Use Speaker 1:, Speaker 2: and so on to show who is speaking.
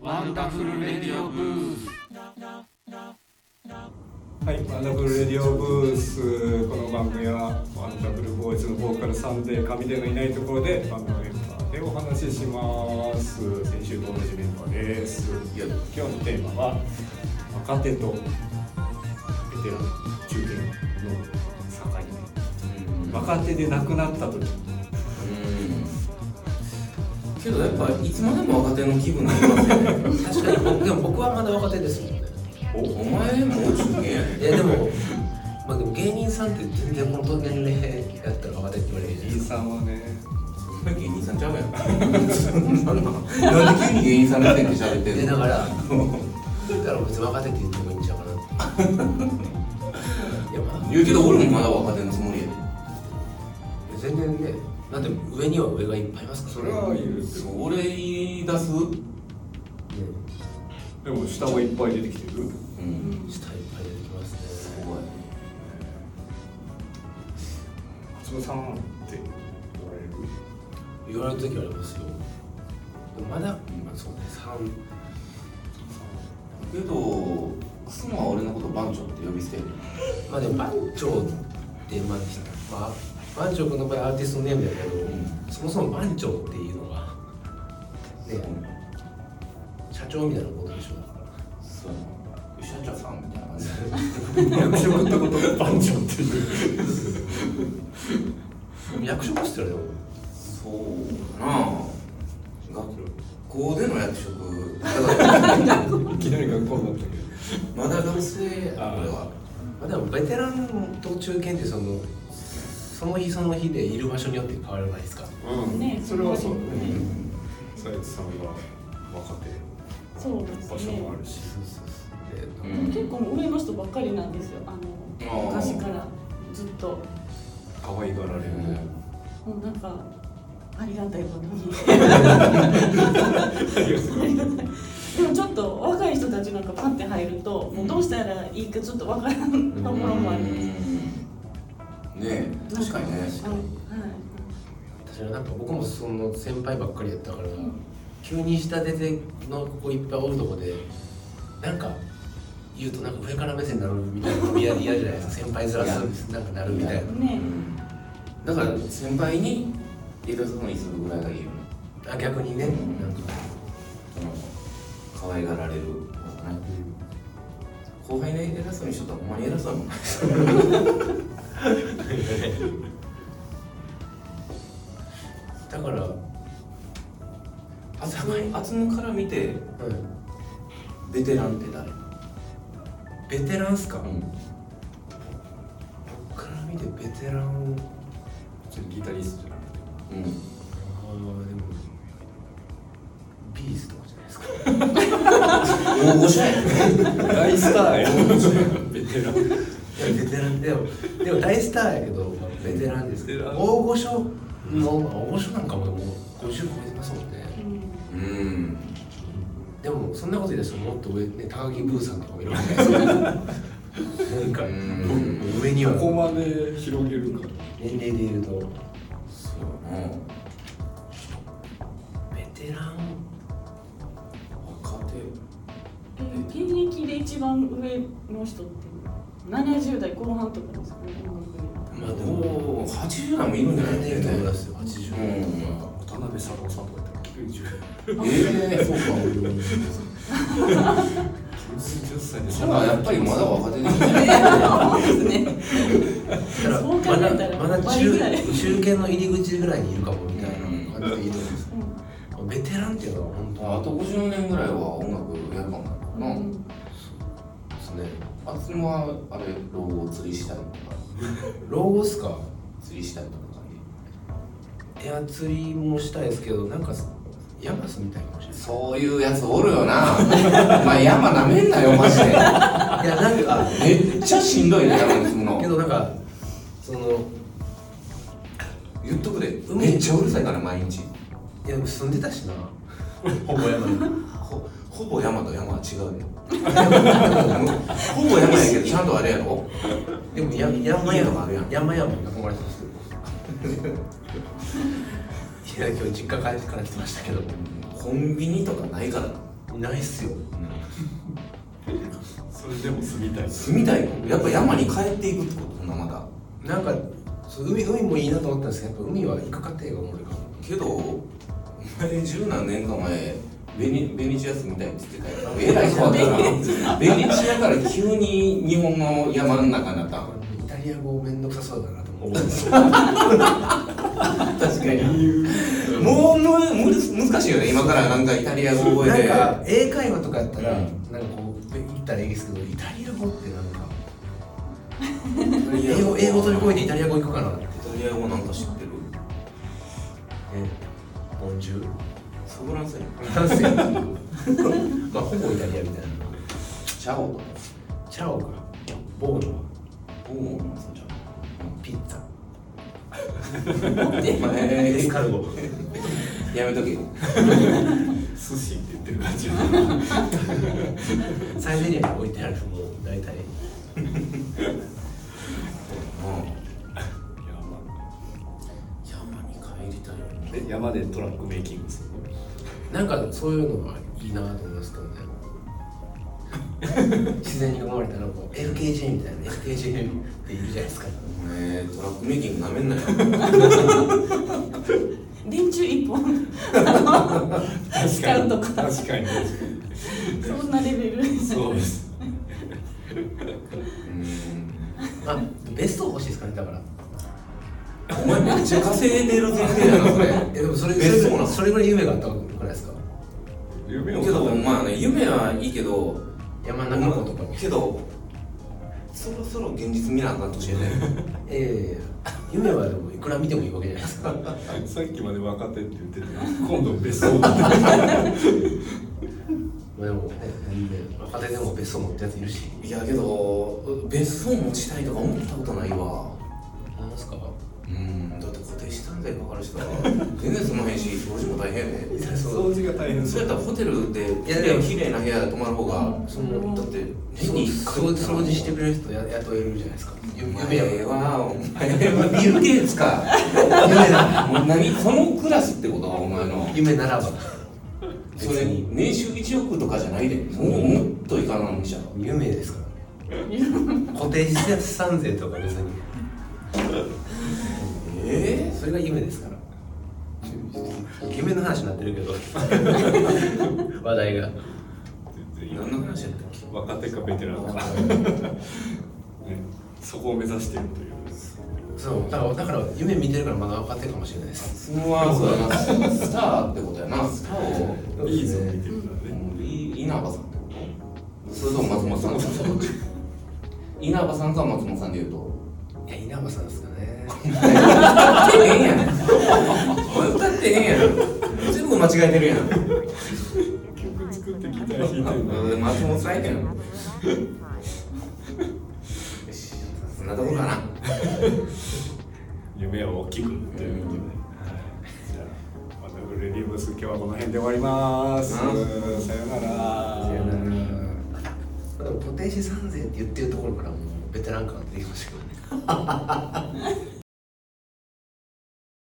Speaker 1: ワンダフルレディオブース
Speaker 2: はい、ワンダフルレディオブースこの番組はワンダフルボーイズのボーカルサンデー神でのいないところで番組メンバーでお話しします先週と同じメンバーです今日のテーマは若手とベテラン中堅の境目若手で亡くなった時
Speaker 3: うんけどやっぱいつまでも若手の気分になりますよ ね
Speaker 4: 確かに僕でも僕はまだ若手ですもんね
Speaker 3: おお前もう中堅や
Speaker 4: いやでもまあでも芸人さんって全然本当年齢やったら若手って言われるじゃない
Speaker 2: 飯
Speaker 4: ですか
Speaker 2: さんはね
Speaker 3: ね芸人さんちゃうやんそんなのなんで急に芸人さんのせいで喋って
Speaker 4: で
Speaker 3: ん
Speaker 4: だ
Speaker 3: の
Speaker 4: からだから別に若手って言ってもいいんちゃうかなっていやまあ
Speaker 3: 言うけど俺もまだ若手のつもりやで
Speaker 4: 全然ねだって上には上がいっぱいいますから
Speaker 2: それは言うけ
Speaker 3: それ言い出す
Speaker 4: ね
Speaker 2: どでも下はいっぱい出てきてる
Speaker 3: うん
Speaker 4: 下いっぱい出てきます
Speaker 3: す
Speaker 4: ね
Speaker 3: ごい
Speaker 2: 松本さんって言われる
Speaker 4: 言われる時はありますよでもまだ今そうね3
Speaker 3: けどクスマは俺のこと番長って呼び捨てやで
Speaker 4: まあでも番長ってまあ、まあ、番長君の場合アーティストネームだけど、
Speaker 3: う
Speaker 4: そもそも番長っていうのがね社長みたいなことでしょだか
Speaker 3: そう社長さんみたいな感じ
Speaker 2: 役職ってことで番長っていう
Speaker 4: ら役職っすよね
Speaker 3: そうかな学校での役職だから
Speaker 2: いきなり学校になったけど
Speaker 3: まだ学生や俺は
Speaker 4: まあでもベテランと中堅ってそのその日その日でいる場所によって変わるじゃないですか
Speaker 2: うん、
Speaker 5: ね
Speaker 2: それはそうだ
Speaker 3: う
Speaker 2: ね
Speaker 3: ん
Speaker 2: サイズさんは若
Speaker 5: そうで
Speaker 2: 手
Speaker 5: す
Speaker 2: 場所
Speaker 5: ね
Speaker 2: もあるし
Speaker 4: で
Speaker 3: うん
Speaker 5: 結構上の人ばっかりなんですよあの
Speaker 3: あー
Speaker 5: 昔からずっと
Speaker 2: 可愛がられるね
Speaker 5: もうなんかありがたいことにでもちょっと若い人たちなんかパンって入ると、もうどうしたらいいかちょっとわからんところもあります
Speaker 3: うんねえ確かにね
Speaker 5: あのはい
Speaker 4: 私はなんか僕もその先輩ばっかりやったから、急に下手でのここいっぱいおるとこでなんか言うとなんか上から目線になるみたいなの嫌嫌じゃないですか先輩ずらすなんかなるみたいな
Speaker 5: ね
Speaker 3: だから先輩に偉そうにするぐらいがいいよね
Speaker 4: あ逆にねなんか
Speaker 3: その可愛がられる方がね後輩に偉そうにしとったらほんまに偉そうやもんね
Speaker 4: だから、は
Speaker 3: あつむあつむから見て
Speaker 4: い、
Speaker 3: ベテランって誰
Speaker 4: ベテランっすか、
Speaker 3: うん
Speaker 4: 僕から見てベテラン
Speaker 2: ギタリストじゃなくて
Speaker 3: うん
Speaker 4: あーでもビーズとかじゃないですか
Speaker 3: 大御所やん
Speaker 2: 大スターやベテラン
Speaker 4: いやベテランでもでも大スターやけどベテランですけ
Speaker 2: ベテ
Speaker 4: ど
Speaker 2: ラン
Speaker 4: 大御所の、大御所なんかもでも50超えてますもんね
Speaker 5: うん
Speaker 3: うん
Speaker 4: でもそんなこと言い出したらもっと上ね高木ブーさんとかもいるわけですよなんか
Speaker 3: うん
Speaker 4: 上には
Speaker 2: ここまで広げるから
Speaker 4: 年齢で言うと
Speaker 3: そうやな
Speaker 4: ベテラン
Speaker 3: 若手
Speaker 5: え現役で一番上の人って70代後半とかですかね音楽で
Speaker 3: まあでも80代もいるんじゃない
Speaker 4: 年齢と思いますよ80
Speaker 3: うん
Speaker 2: 渡辺佐郎さんとかやったら90
Speaker 3: ええそうか
Speaker 2: 90歳で
Speaker 3: じゃあやっぱりまだ若手ですね
Speaker 4: だから
Speaker 5: そう考
Speaker 4: ま
Speaker 5: えた
Speaker 4: だ
Speaker 5: ら
Speaker 4: まだ
Speaker 5: 倍
Speaker 4: 中
Speaker 5: ぐらい
Speaker 4: 中堅の入り口ぐらいにいるかもみたいな感じでいいと思います
Speaker 5: う
Speaker 4: ベテランっていうのは本当
Speaker 3: あと50年ぐらいは音楽やるかも
Speaker 5: ん
Speaker 3: な、
Speaker 5: うん
Speaker 4: ですね
Speaker 3: あっちもはあれ老後釣りしたいとか
Speaker 4: 老後っすか
Speaker 3: 釣りしたいとか感
Speaker 4: いや釣りもしたいですけどなんか山住みたいかもしれ
Speaker 3: じそういうやつおるよな お前山なめんなよマジで
Speaker 4: ないいやなんか
Speaker 3: めっちゃしんどいね山に住むの
Speaker 4: けどなんかその
Speaker 3: 言っとくで
Speaker 4: 海
Speaker 3: めっちゃうるさいから毎日
Speaker 4: いや住んでたしなほぼ山に
Speaker 3: ほほぼ山と山は違うよ ほぼ山やけどちゃんとあれやろ
Speaker 4: でもや山
Speaker 3: 家
Speaker 4: 々
Speaker 3: とかあるやん
Speaker 4: 山々に囲まれてますよいや今日実家帰ってから来てましたけど
Speaker 3: コンビニとかないからな
Speaker 4: うないっすよ
Speaker 2: それでも住みたいです
Speaker 3: 住みたいのやっぱ山に帰っていくってことほんなまだ
Speaker 4: なんかそう海海もいいなと思ったんですけどやっぱ海は行く過程がおもろいかも
Speaker 3: けどお前十何年か前ベニベニチア住みたいって言ってたよえらい変わったなベニチアから急に日本の山の中になった
Speaker 4: イタリア語面倒くさそうだなと思って
Speaker 3: 確かにもうむむず難しいよね今からなんかイタリア語覚
Speaker 4: な
Speaker 3: え
Speaker 4: ん
Speaker 3: て
Speaker 4: か英会話とかやったら、
Speaker 3: うん
Speaker 4: なんかこう行ったらいいですけどイタリア語ってなんか英語英語飛び越えてイタリア語行くかなって
Speaker 3: イタリア語なんか知ってる
Speaker 4: えボンジュール
Speaker 3: サブランセル
Speaker 4: フランス やんまあほぼイタリアみたいな
Speaker 3: チャオとか
Speaker 4: チャオかボーノは
Speaker 3: おおなんすかチ
Speaker 4: ピッツ
Speaker 3: ャ
Speaker 4: ァ
Speaker 3: オってお前
Speaker 4: エスカルゴ
Speaker 3: やめとけ
Speaker 2: 寿司って言ってる感じ
Speaker 4: サイゼリアに置いてあるもう大体
Speaker 3: 山に帰りたいよね
Speaker 2: え山でトラックメイキングするの
Speaker 4: なんかそういうのはいいなと思います けどね自然に生まれたなんか FKJ みたいな FKJ っているじゃないですか
Speaker 3: えー、トラックメイキングなめ んなよ
Speaker 5: 電柱一本使うと
Speaker 2: 確か
Speaker 5: か
Speaker 2: に確かに
Speaker 5: そんなレベル
Speaker 2: そうです
Speaker 3: うん
Speaker 4: あベスト欲しいですかねだから
Speaker 3: お前めっちゃ稼いでる前提やなそれ
Speaker 4: えで
Speaker 3: ベスト
Speaker 4: もそれそれ
Speaker 3: な
Speaker 4: それぐらい夢があったわけじゃないですか
Speaker 2: 夢を
Speaker 3: けどまあね夢はいいけど
Speaker 4: 山中湖とかに
Speaker 3: けどそろそろ現実見なあかん年 やね
Speaker 4: ええ夢はでもいくら見てもいいわけじゃない ですか
Speaker 2: さっきまで若手って言ってて今度別荘だって
Speaker 4: まあでもね全然若手でも別荘持ったやついるし
Speaker 3: いやけど別荘持ちたいとか思ったことないわ
Speaker 4: なんですか
Speaker 3: うんだって固定資産税かかるしさ全然その辺し掃除も大変やで
Speaker 2: 掃除が大変
Speaker 3: そう
Speaker 2: そ
Speaker 3: や
Speaker 2: う
Speaker 3: ったらホテルで
Speaker 4: いや
Speaker 3: 綺
Speaker 4: でも
Speaker 3: 麗綺麗な部屋で泊まる方が
Speaker 4: その
Speaker 3: だって
Speaker 4: 掃除掃除掃除してくれる人や雇えるじゃないですか
Speaker 3: お
Speaker 4: 夢
Speaker 3: 前
Speaker 4: や
Speaker 3: はお前はビル・ゲイツか
Speaker 4: 夢な
Speaker 3: もう何そのクラスってことはお前の
Speaker 4: 夢な らば
Speaker 3: それ年収1億とかじゃないでもうもっといかなのにじゃん
Speaker 4: 夢ですからね固定資産税とか別に
Speaker 3: え
Speaker 4: それが夢ですから夢の話になってる けど話題が
Speaker 2: 全
Speaker 3: え
Speaker 2: 然
Speaker 3: 何の話やったっけ
Speaker 2: 若手かベテランか、ね、そこを目指しているという
Speaker 4: そうだからだから夢見てるからまだ分かってるかもしれないです
Speaker 3: そのはそうやなスターってことやなスターを
Speaker 2: いいぞ見てるか
Speaker 3: う
Speaker 2: らね
Speaker 3: んい稲葉さんってことそれとも松本さんってこと稲葉さんか松本さんで言うと
Speaker 4: いや稲葉さんですかね
Speaker 3: 歌ってへんやんお前歌ってへんやん全部間違えてるやん
Speaker 2: 曲作ってギター弾いてるの
Speaker 3: 松本さんやけんよしそんなとこかな
Speaker 2: 夢を大きくということで、はい、じゃあまたフレディブス今日はこの辺で終わります
Speaker 3: う
Speaker 2: さよなら
Speaker 4: さよならでも固定資産税って言ってるところからもうベテラン感が出てきましたけどね